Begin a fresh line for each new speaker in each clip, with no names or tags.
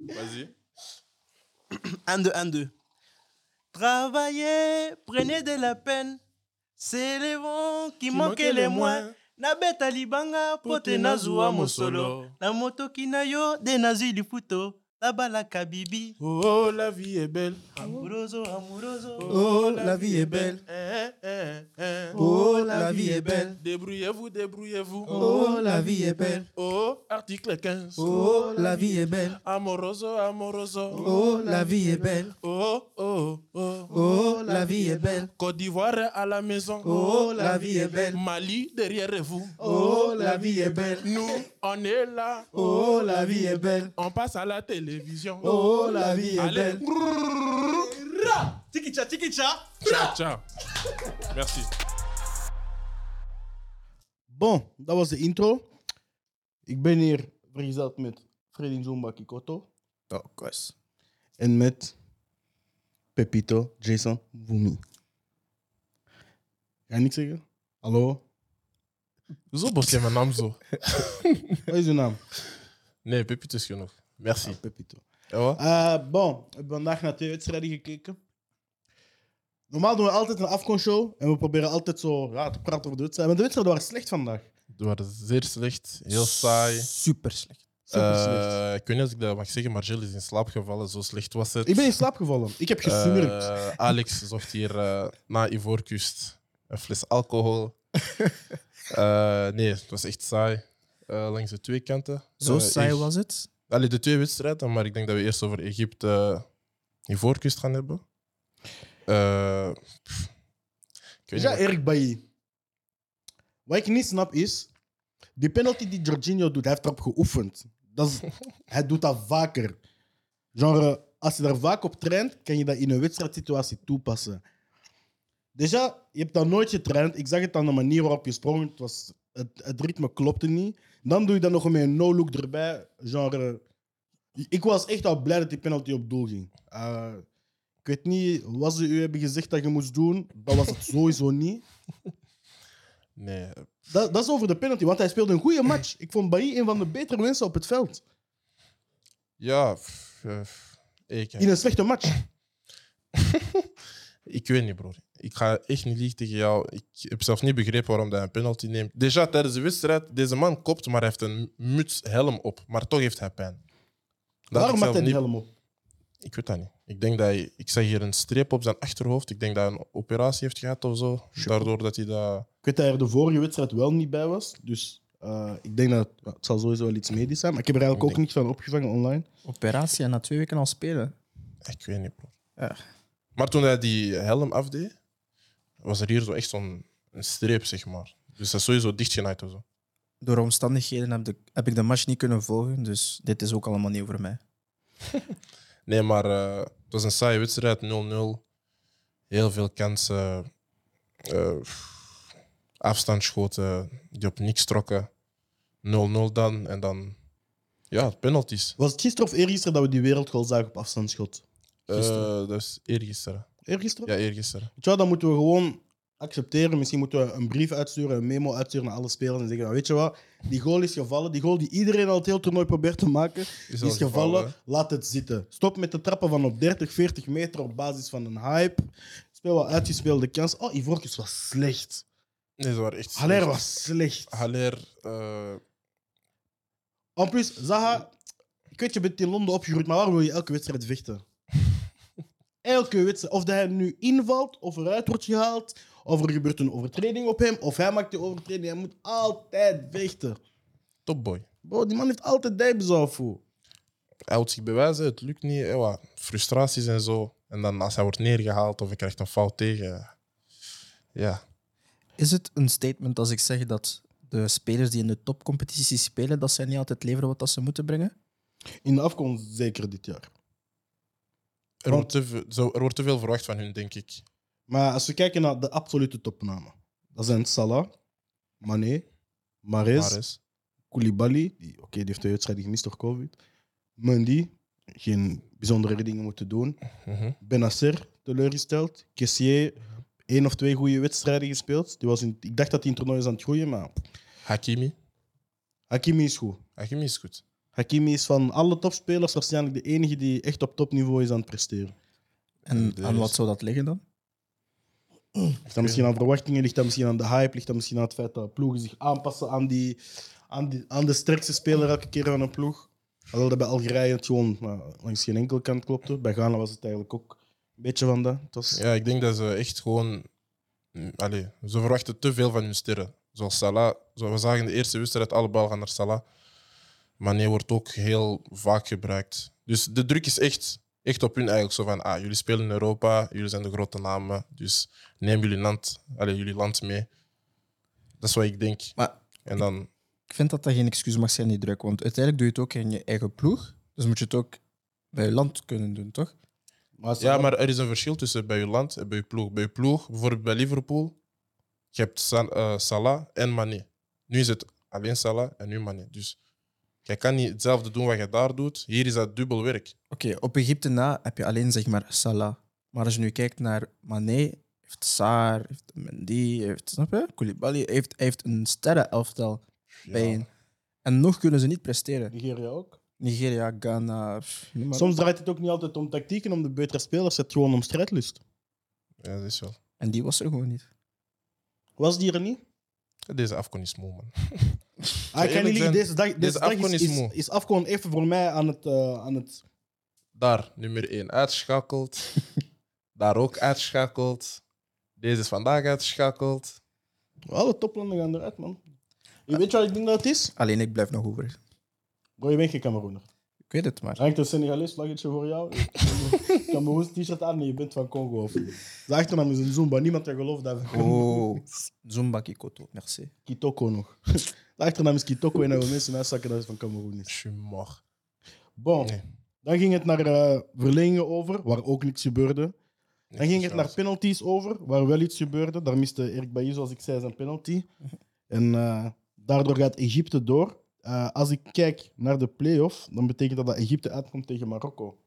Vas-y.
1, 2, 1, 2. Travaillez, prenez de la peine. C'est les vents qui, manquaient les moins. nabeta libanga po te nazwa mosolo na motoki na yo nde nazwi liputo nabalaka bibi
Oh, la vie est belle.
amurozo amurozo
Oh, la vie est belle.
Eh, eh, eh.
Oh, la vie est belle.
Débrouillez-vous, débrouillez-vous.
Oh, la vie est belle.
Oh, article 15.
Oh, la vie est belle.
Amoroso, amoroso.
Oh, la vie est belle.
Oh, oh, oh.
Oh, la vie est belle.
Côte d'Ivoire est à la maison.
Oh, la vie est belle.
Mali derrière vous.
Oh, la vie est belle.
Nous, on est là.
Oh, la vie est belle.
On passe à la télévision.
Oh, la vie est
Allez.
belle.
tikicha tikicha
Ciao, ciao. Merci.
Bon, dat was de intro. Ik ben hier vergezeld met Fredin Zumba Kikoto. Oh, kus. En met Pepito Jason Wumi. Ga je niks zeggen? Hallo?
Zo bos je mijn naam zo.
Wat is uw naam?
Nee, Pepito is genoeg. Merci.
Ah, Pepito.
Ja,
Eh, bon, we hebben vandaag naar twee wedstrijden gekeken. Normaal doen we altijd een afkonshow en we proberen altijd zo ja, te praten over de wedstrijden. Maar de wedstrijden waren slecht vandaag.
het was zeer slecht. Heel saai.
Super slecht.
Super slecht.
Eh, ik weet niet of ik dat mag zeggen, maar Jill is in slaap gevallen. Zo slecht was het.
Ik ben in slaap gevallen. Ik heb gesnurkt.
Eh, Alex zocht hier eh, na Ivoorkust een fles alcohol. Eh, nee, het was echt saai. Eh, langs de twee kanten.
Zo
Eh,
saai
Egy-
was het.
Allee, de twee wedstrijden, maar ik denk dat we eerst over Egypte eh, Ivoorkust gaan hebben. Eh, pff, ik weet
ja,
niet.
Erik Bailly. Wat ik niet snap is, die penalty die Jorginho doet, hij heeft erop geoefend. Dat is, hij doet dat vaker. Genre, als je daar vaak op traint, kan je dat in een wedstrijdsituatie toepassen. Dus ja, je hebt dat nooit getraind. Ik zag het aan de manier waarop je sprong. Het, was, het, het ritme klopte niet. Dan doe je dat nog met een no-look erbij. Genre, ik was echt al blij dat die penalty op doel ging. Eh, ik weet niet wat ze u hebben gezegd dat je moest doen. Dat was het sowieso niet.
Nee,
Dat, dat is over de penalty, want hij speelde een goede match. Ik vond Bailly een van de betere mensen op het veld.
ja. pff, eh, pff, ik,
In een slechte match.
Ik weet niet, broer. Ik ga echt niet liegen tegen jou. Ik heb zelf niet begrepen waarom hij een penalty neemt. Déjà tijdens de wedstrijd, deze man kopt, maar hij heeft een muts helm op. Maar toch heeft hij pijn. Dat
Waarom
ik zelf
had hij die
niet-
helm op?
Ik weet dat niet. Ik denk dat hij... Ik zag hier een streep op zijn achterhoofd. Ik denk dat hij een operatie heeft gehad of zo. Daardoor dat hij dat...
Ik weet dat hij er de vorige wedstrijd wel niet bij was. Dus eh, ik denk dat het, het zal sowieso wel iets medisch zijn. Maar ik heb er eigenlijk
Ik
ook niks van opgevangen online.
Operatie en na twee weken al spelen.
Ah, Ik weet niet, broer.
Ja.
Maar toen hij die helm afdeed, was er hier zo echt zo'n een streep, zeg maar. Dus dat is sowieso dichtgenaaid of zo.
Door omstandigheden heb, de- heb ik de match niet kunnen volgen, dus dit is ook allemaal nieuw voor mij.
Nee, maar eh, het was een saaie wedstrijd, 0-0. Heel veel kansen. eh afstandsschoten die op niks trokken. 0-0 dan. En dan, ja, penalties.
Was het gisteren of eergisteren dat we die wereldgoal zagen op afstandsschot? Gisteren.
Eh, dat is eergisteren.
Eergisteren?
Ja, eergisteren.
Tja, dan moeten we gewoon accepteren. Misschien moeten we een brief uitsturen, een memo uitsturen naar alle spelers. En zeggen: van, Weet je wat, die goal is gevallen. Die goal die iedereen al het hele toernooi probeert te maken, is,
al
gevallen. Laat het zitten. Stop met de trappen van op 30, 40 meter op basis van een hype. Speel wat uitgespeelde kans. Oh, Ivorcus was slecht.
Nee, ze waren echt.
Haller
slecht.
was slecht.
Haller, eh,
En plus, Zaha, ik weet, je bent in Londen opgegroeid, maar waarom wil je elke wedstrijd vechten? Elke wedstrijd. Of dat hij nu invalt, of eruit wordt gehaald, of er gebeurt een overtreding op hem, of hij maakt de overtreding. Hij moet altijd vechten.
topboy.
Bro, die man heeft altijd dijbezorg voor.
Hij houdt zich bewijzen, het lukt niet. eh, wat, frustraties en zo. En dan als hij wordt neergehaald of hij krijgt een fout tegen. Ja,
Is het een statement als ik zeg dat de spelers die in de topcompetitie spelen, dat zij niet altijd leveren wat dat ze moeten brengen?
In de afkomst zeker dit jaar.
er,
Want-
wordt te veel, zo- er wordt te veel verwacht van hun, denk ik.
Maar als we kijken naar de absolute topnamen, dat zijn Salah, Mané, Mares,
Mahrez.
Koulibaly, die, oké, die heeft de wedstrijd gemist door COVID. Mundy, geen bijzondere dingen moeten doen.
Mhm.
Benacer teleurgesteld. Kessier, één of twee goede wedstrijden gespeeld. Die was in, ik dacht dat hij in het toernooi is aan het groeien, maar
Hakimi.
Hakimi is goed.
Hakimi is goed.
Hakimi is van alle topspelers waarschijnlijk de enige die echt op topniveau is aan het presteren.
En
Dus-
aan wat zou dat liggen dan?
Ligt dat misschien aan verwachtingen, ligt dat misschien aan de hype, ligt dat misschien aan het feit dat ploegen zich aanpassen aan, die, aan, die, aan de sterkste speler elke keer van een ploeg. Alhoewel dat bij Algerije het gewoon nou, langs geen enkele kant klopte. Bij Ghana was het eigenlijk ook een beetje van dat. Het was,
Ja, ik denk dat ze echt gewoon. Mm, Allee, ze verwachten te veel van hun sterren. Zoals Salah. Zoals we zagen in de eerste wedstrijd, alle bal gaan naar Salah. Mane wordt ook heel vaak gebruikt. Dus de druk is echt, echt op hun eigenlijk. Zo van, ah, jullie spelen in Europa, jullie zijn de grote namen. Dus neem jullie land, allee, jullie land mee. Dat is wat ik denk.
Maar
En dan,
ik vind dat dat geen excuus mag zijn, die druk. Want uiteindelijk doe je het ook in je eigen ploeg. Dus moet je het ook bij je land kunnen doen, toch?
maar als-
ja, maar er is een verschil tussen bij je land en bij je ploeg. Bij je ploeg, bijvoorbeeld bij Liverpool, je hebt Sal- eh, Salah en Mane. Nu is het alleen Salah en nu Mane. Dus jij kan niet hetzelfde doen wat je daar doet. Hier is dat dubbel werk.
Oké, op Egypte na heb je alleen zeg maar Salah. Maar als je nu kijkt naar Mané, heeft Saar, heeft Mendy, heeft, snap je? Koulibaly, heeft, heeft een sterrenelftal bij hen. En nog kunnen ze niet presteren.
Nigeria ook.
Nigeria, Ghana, pff, noem maar.
Soms draait het ook niet altijd om tactieken, om de betere spelers. Het gewoon om strijdlust.
Ja, dat is wel.
En die was er gewoon niet.
Was die er niet?
Deze Afcon is moe, man.
Ah, ik ga
eerlijk
niet liegen,
zijn,
deze dag, deze
deze
dag
Afcon
is,
is
is,
moe.
is Afcon even voor mij aan het, eh, aan het
Daar, nummer 1 uitschakeld. daar ook uitschakeld. Deze is vandaag uitschakeld.
Alle toplanden gaan eruit, man. Je weet wat ik denk dat het is?
Alleen ik blijf nog over.
Bro, je bent geen Cameroener.
Ik weet het maar.
Hangt een Senegalees vlaggetje voor jou? Cameroens t-shirt aan? Nee, je bent van Congo. Of... De achternaam is een Zumba. Niemand kan geloven dat we
Oh, Zumba Kikoto, merci.
Kitoko nog. De achternaam is Kitoko en dat we mensen uitzakken dat het van Cameroen is.
Je mag.
Bon,
Nee.
dan ging het naar eh, verlengingen over, waar ook niks gebeurde. Dan
Nee,
ging het naar
trouwens.
penalties over, waar wel iets gebeurde. Daar miste Erik Bailly, zoals ik zei, zijn penalty. En eh, daardoor gaat Egypte door. Eh, als ik kijk naar de play-off, dan betekent dat dat Egypte uitkomt tegen Marokko.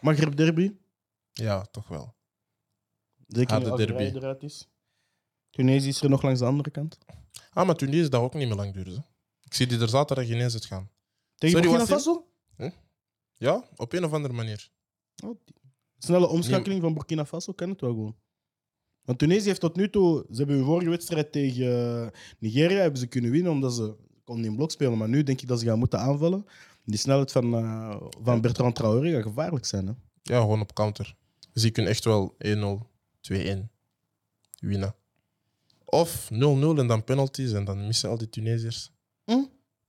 Maghreb derby.
Ja, toch wel.
Zeker
Harde
nu als derby.
derby.
eruit is. Tunesië is er nog langs de andere kant.
Ah, maar Tunesië, dat ook niet meer lang duren. ze. Ik zie die er zaterdag ineens het gaan.
Tegen
Sorry,
Burkina
was
Faso?
Ja, op een of andere manier.
Oh, die- Snelle omschakeling van Burkina Faso kan het wel gewoon. Want Tunesië heeft tot nu toe, ze hebben hun vorige wedstrijd tegen eh, Nigeria hebben ze kunnen winnen omdat ze konden in blok spelen. Maar nu denk ik dat ze gaan moeten aanvallen. Die snelheid van, eh, van Bertrand Traoré gaat gevaarlijk zijn. Hè?
Ja, gewoon op counter. Dus je kunt echt wel 1-0, 2-1 winnen. Of 0-0 en dan penalties en dan missen al die Tunesiërs.
Hm?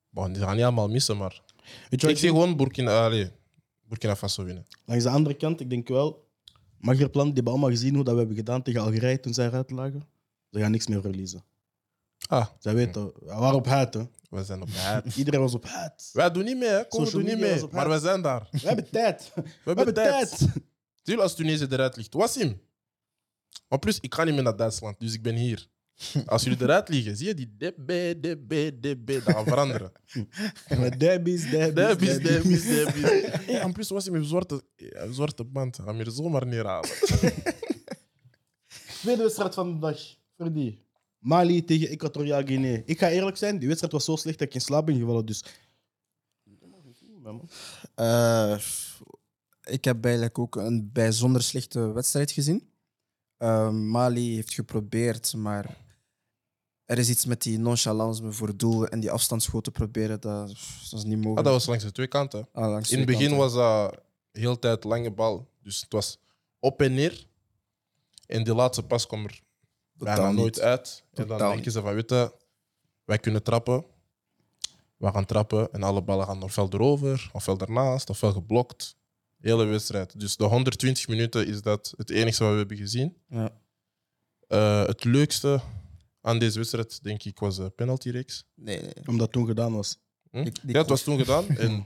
Bon, die gaan niet allemaal missen, maar...
Weet je
Ik
wat ik
zie
denk?
gewoon Burkina, allee, Burkina Faso winnen.
Langs de andere kant, ik denk wel, Maghreb-landen die hebben allemaal gezien hoe dat we hebben gedaan tegen Algerije toen zij eruit lagen. Ze gaan niks meer verliezen.
Ah,
Zij weten, we waren op huid. Hè?
we zijn op de haat.
Iedereen was op huid.
Wij doen niet mee, hè. Kom, we
Social
doen niet
media was
mee.
op
Maar
haat.
we zijn daar. We
We hebben tijd. We
hebben
hebben
tijd.
tijd.
Tuurlijk als Tunesië eruit ligt. Wassim. Maar plus, ik ga niet meer naar Duitsland, dus ik ben hier. Als jullie eruit liggen, zie je die DB, DB, DB, dat gaat veranderen.
Maar derbies, derbies,
Derbies, derbies,
derbies.
derbies. Hey, en plus was hij met een zwarte, eh, een zwarte band. Ga hem er zomaar neerhalen.
Tweede wedstrijd van de dag, Freddy. Mali tegen Equatoriaal Guinea. Ik ga eerlijk zijn, die wedstrijd was zo slecht dat ik in slaap ben gevallen. Dus.
Eh, ik heb eigenlijk ook een bijzonder slechte wedstrijd gezien. Eh, Mali heeft geprobeerd, maar er is iets met die nonchalance voor doelen en die afstandsschoten proberen. Dat, dat is niet
Ah, dat
mogelijk.
was langs de twee kanten.
Ah, langs
In het
twee
begin
kanten.
was dat heel tijd lange bal. Dus het was op en neer. En die laatste pas kwam er bijna
Totaal
nooit
niet.
uit. En dan
Totaal
denken ze van, weet je, wij kunnen trappen. We gaan trappen en alle ballen gaan ofwel erover, ofwel ernaast, ofwel geblokt. Hele wedstrijd. Dus de 120 minuten is dat het enige wat we hebben gezien.
Ja.
Eh, het leukste aan deze wedstrijd, denk ik, was de penaltyreeks.
Nee, nee.
Omdat toen gedaan was.
Hm?
Ik- die
ja, het was toen gedaan. En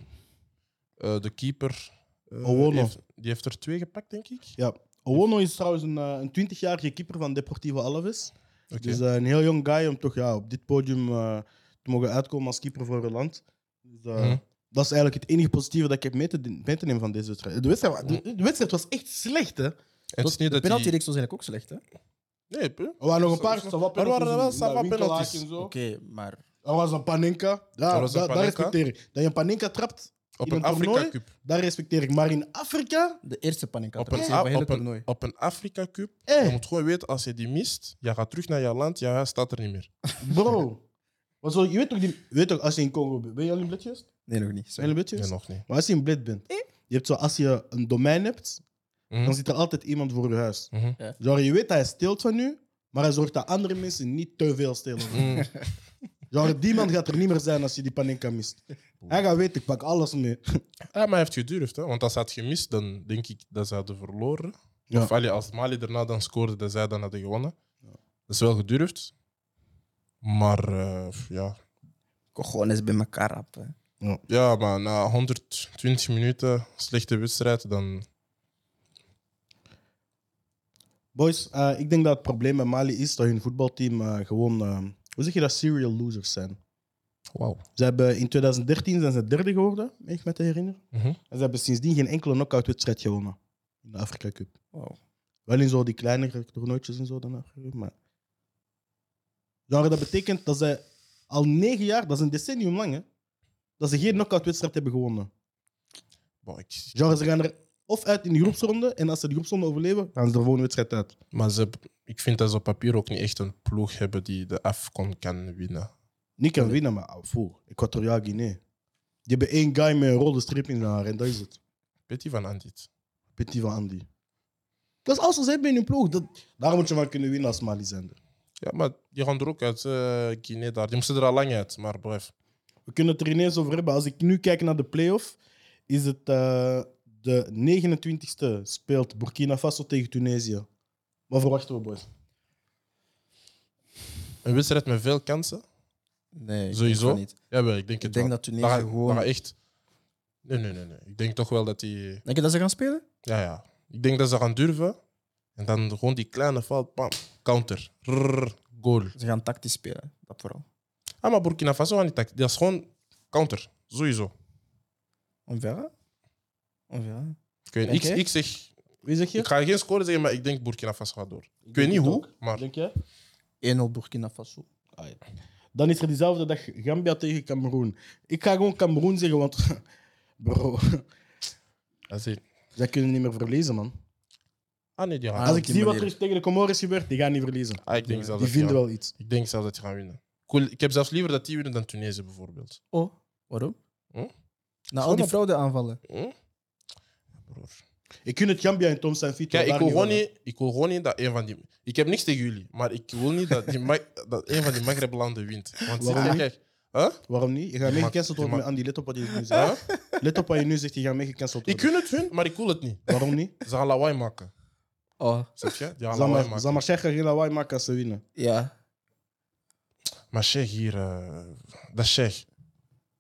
eh, de keeper, eh,
Owono.
heeft, die heeft er twee gepakt, denk ik.
Ja. Owono is trouwens een, eh, een 20-jarige keeper van Deportivo Alaves.
Oké.
Dus eh, een heel jong guy om toch ja, op dit podium eh, te mogen uitkomen als keeper voor het land. Dus, eh,
Mhm.
Dat is eigenlijk het enige positieve dat ik heb mee te, mee te nemen van deze wedstrijd. De wedstrijd, de- de wedstrijd was echt slecht, hè?
En het is niet
de
dat
penalty
die...
reeks was eigenlijk ook slecht, hè?
Nee, hè.
Er waren nog een paar
Er
wat
waren wel
penalties in-
wat
in dat winkelhaak
penalties.
en zo.
Oké, maar
Er was een Panenka. Ja,
Er was een
da- daar
Panenka.
respecteer ik. Dat je een Panenka trapt,
Op
In
een
een toernooi?
Afrika Cup.
daar respecteer ik. Maar in Afrika,
De eerste paniek
Op
had
een,
hele
A- op, een,
toernooi.
op een Afrika Cup.
eh,
Je moet gewoon weten, als je die mist, je gaat terug naar je land, je huis staat er niet meer.
bro. Want zo, je weet toch, die, weet toch, als je in Congo bent, ben je al in Bledjes?
Nee, nog niet.
Ben je
sorry.
in Bledjes?
Nee, nog niet.
Maar als je in Bled bent, je hebt zo, als je een domein hebt,
Mhm.
dan zit er altijd iemand voor je huis.
Mhm.
Genre, je weet dat hij steelt van u, maar hij zorgt dat andere mensen niet te veel stelen.
Mm.
Genre, die man gaat er niet meer zijn als je die panenka mist. Hij gaat weten, ik pak alles mee.
Ja, maar hij heeft gedurfd. Hè? Want als hij had gemist, dan denk ik dat ze hadden verloren.
Ja.
Of allee, als Mali daarna dan scoorde, dat zij dan hadden gewonnen. Dat is wel gedurfd. Maar eh, ja.
Kom gewoon eens bij elkaar rappen.
ja, maar na 120 minuten slechte wedstrijd, dan...
Boys, eh, ik denk dat het probleem met Mali is dat hun voetbalteam eh, gewoon, eh, hoe zeg je dat, serial losers zijn.
Wauw.
Ze hebben in 2013 zijn ze derde geworden, meen ik me te herinneren.
Mhm.
En ze hebben sindsdien geen enkele knock-out-wedstrijd gewonnen in de Afrika Cup.
Wow.
Wel in zo die kleinere toernooitjes en zo dan Afrika Cup, maar... Genre, dat betekent dat ze al negen jaar, dat is een decennium lang, hè, dat ze geen knock-out-wedstrijd hebben gewonnen.
Wow, ik-
Genre, ze gaan er of uit in de groepsronde, en als ze de groepsronde overleven, gaan ze er gewoon een wedstrijd uit.
Maar ze, ik vind dat ze op papier ook niet echt een ploeg hebben die de AFCON kan winnen.
Niet kan winnen, maar ah, voor Equatoriaal Guinea. Die hebben één guy met een rode strip in zijn haar en dat is het.
Petit van Andit.
Petit van Andy. Dat is alles wat ze hebben in hun ploeg. Dat, daar moet je van kunnen winnen als Mali zijnde.
Ja, maar die gaan er ook uit, eh, Guinea daar. Die moesten er al lang uit, maar blijf.
We kunnen het er ineens over hebben. Als ik nu kijk naar de play-off, is het eh, de 29e speelt Burkina Faso tegen Tunesië. Wat verwachten we, boys?
Een wedstrijd met veel kansen?
Nee, ik
Sowieso?
denk van niet.
Jawel, ik denk het
Ik denk
wel.
dat Tunesië
Maar-
gewoon.
maar echt... Nee, nee, nee, nee. Ik denk toch wel dat die...
Denk je dat ze gaan spelen?
Ja, ja. Ik denk dat ze gaan durven. En dan gewoon die kleine fout, bam, counter. Rrr, goal.
Ze gaan tactisch spelen, dat vooral.
Ah, maar Burkina Faso gaat niet tak- Dat is gewoon counter. Sowieso.
On verra. On verra.
Ik, weet,
Denk
ik,
jij?
ik zeg...
Wie zeg je?
Ik ga geen score zeggen, maar ik denk Burkina Faso gaat door. Ik weet
denk
niet
het
hoe,
ook.
maar...
Denk jij?
1-0 Burkina Faso.
Ah, ja. Dan is er diezelfde dag Gambia tegen Cameroen. Ik ga gewoon Cameroen zeggen, want bro,
Dat is het.
zij kunnen niet meer verliezen, man.
Ah nee, die gaan.
Ah,
Als
op
ik
die
zie wat er
manier.
is tegen de Comoros gebeurt, die gaan niet verliezen.
Ah, ik, denk zelf
Die
dat die
vinden
gaan,
wel iets.
ik denk zelf dat die gaan winnen. Cool. Ik heb zelfs liever dat die winnen dan Tunesië bijvoorbeeld.
Oh, waarom?
Hm?
Na al
Gewoon
die
op-
fraude aanvallen.
Hm? Broer.
Ik kun het Gambia en Tom zijn fiets.
Kijk, ik wil, gewoon niet, ik wil gewoon niet dat een van die. Ik heb niks tegen jullie, maar ik wil niet dat, die Ma- dat een van die Maghreb-landen wint. Want
Waarom
zie je,
niet?
kijk, hè?
Waarom niet? Je gaat
Je maakt-
meegecanceld
je
worden met
maakt-
Andy. Let op wat je nu zegt. Let op wat je nu zegt. Je gaat meegecanceld
ik
worden.
kun het hun, maar ik wil het niet.
Waarom niet?
Ze gaan lawaai maken.
Oh,
Zeg je? Die gaan lawaai
Zal
maken.
maar zeggen, geen lawaai maken als ze winnen.
ja.
Maar Sheikh hier, eh, dat is Sheikh.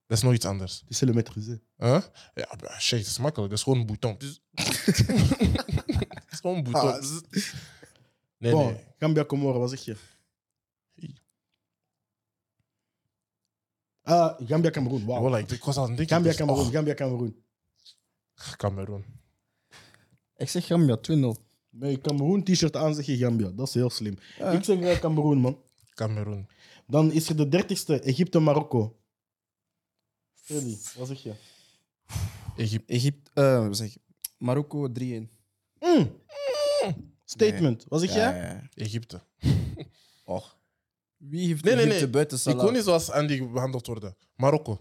Dat is nog iets anders.
Die zullen maîtriser.
Huh? Ja, maar Sheikh, dat is makkelijk. Dat is gewoon een bouton. Dus- dat is gewoon een bouton.
Ah,
Dus- Nee,
Bon,
nee.
Gambia Comoren, wat zeg je?
Hey.
Ah, Gambia Cameroen, wauw.
Voilà, ik, ik was al aan het denken.
Gambia
dus-
Cameroen,
Och,
Gambia Cameroen.
Cameroen.
Ik zeg Gambia 2-0.
Met je Cameroen t-shirt aan zeg je Gambia. Dat is heel slim.
Ja.
Ik zeg eh, Cameroen, man.
Cameroen.
Dan is er de 30ste, Egypte-Marokko. Freddy, wat zeg je?
Egypte.
Egypte, eh, zeg, Marokko 3-1.
Mm. Statement, wat zeg jij?
ja. Oh.
Egypte.
Och. Wie heeft
Nee, nee,
Egypte
nee.
buiten
Ik
Salah?
wil niet zoals Andy behandeld worden. Marokko.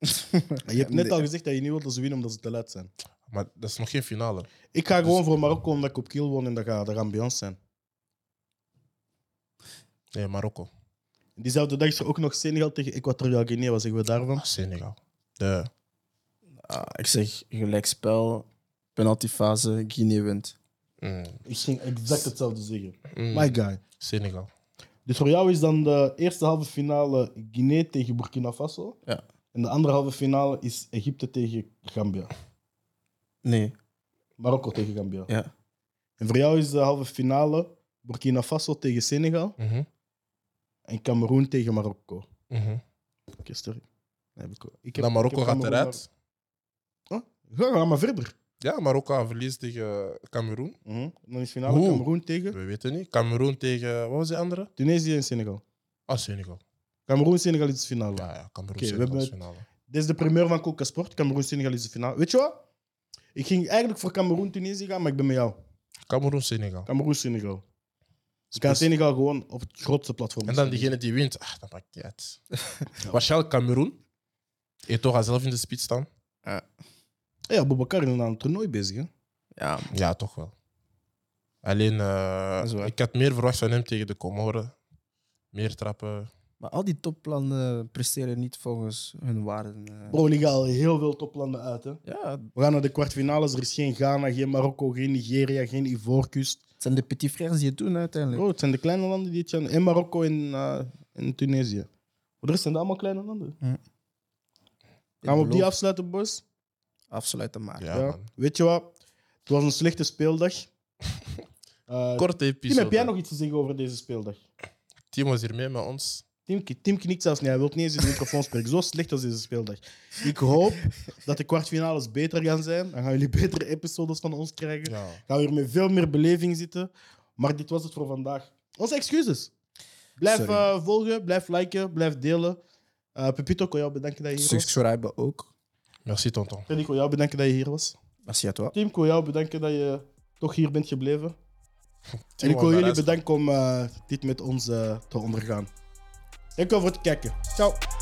Je hebt net
Nee.
al gezegd dat je niet wilt dat ze winnen omdat ze te laat zijn.
Maar dat is nog geen finale.
Ik ga gewoon voor Marokko omdat ik op Kiel woon en dat gaat er ambiance zijn.
Nee, Eh, Marokko.
Diezelfde dag is er ook nog Senegal tegen Equatoriaal Guinea. Wat zeggen we daarvan?
Ah, Senegal. De,
Ah, ik zeg gelijkspel, penaltyfase, Guinea wint.
mm,
Ik ging exact hetzelfde zeggen.
mm,
My guy.
Senegal.
Dus voor jou is dan de eerste halve finale Guinea tegen Burkina Faso.
Ja.
En de andere halve finale is Egypte tegen Gambia.
Nee,
Marokko tegen Gambia.
ja.
En voor jou is de halve finale Burkina Faso tegen Senegal
Mhm,
en Cameroen tegen Marokko. Oké,
mhm.
sorry. Nee, heb ik, ik heb- ik
Nou,
heb
Marokko gaat
Cameroen-
eruit.
Ja, ga maar verder.
Ja, Marokko gaat verliezen tegen Cameroen.
Mhm. Dan is finale
Hoe?
Cameroen tegen
We weten niet. Cameroen tegen, wat was die andere?
Tunesië en Senegal.
Ah, Senegal.
Cameroen, Senegal is de finale.
Ja, ja, Cameroen
Oké, we
Senegal is
hebben
finale.
Dit is de primeur van Coca Sport. Cameroen, Senegal is de finale. Weet je wat? Ik ging eigenlijk voor Cameroen, Tunesië gaan, maar ik ben met jou.
Cameroen, Senegal.
Cameroen, Senegal. Dus kan Senegal gewoon op het grootste platform.
En dan
spelen.
diegene die wint, ah, dat maakt niet uit. Waarschijnlijk Cameroen. Eto'o gaat zelf in de spits staan.
Ja, Bobakar is aan het toernooi bezig. Hè?
Ja, man.
Ja, toch wel. Alleen, eh,
Dat is waar.
ik had meer verwacht van hem tegen de Comoren. Meer trappen.
Maar al die topplannen presteren niet volgens hun waarden. eh.
Bro, er liggen al heel veel toplanden uit. Hè?
Ja,
We gaan naar de kwartfinales. Er is geen Ghana, geen Marokko, geen Nigeria, geen Ivoorkust.
het zijn de petit frères die het doen uiteindelijk.
Bro, het zijn de kleine landen die het gaan. En Marokko en, eh, en Tunesië. Voor de rest zijn dat allemaal kleine landen.
Ik
Gaan we op die
beloof-
afsluiten, boys?
afsluiten maar.
Ja,
Ja.
man.
Weet je wat? Het was een slechte speeldag. Eh,
Korte
Tim, heb jij
episode.
nog iets te zeggen over deze speeldag?
Tim was hier mee met ons.
Tim, Tim knikt zelfs niet. Hij wil niet eens in de microfoon spreken. Zo slecht was deze speeldag. Ik hoop dat de kwartfinales beter gaan zijn. Dan gaan jullie betere episodes van ons krijgen.
Ja.
Gaan we hier met veel meer beleving zitten. Maar dit was het voor vandaag. Onze excuses. Blijf
Sorry.
eh, volgen, blijf liken, blijf delen. Eh Pepito, ik wil jou bedanken dat je hier was.
Subscribe ook.
Merci, tonton.
Freddy, ik wil jou bedanken dat je hier was.
Merci à toi.
Tim, ik wil jou bedanken dat je toch hier bent gebleven.
Tim
en
was
ik wil
naar
jullie
huis.
bedanken om eh, dit met ons eh, te ondergaan. Dank u wel voor het kijken. Ciao.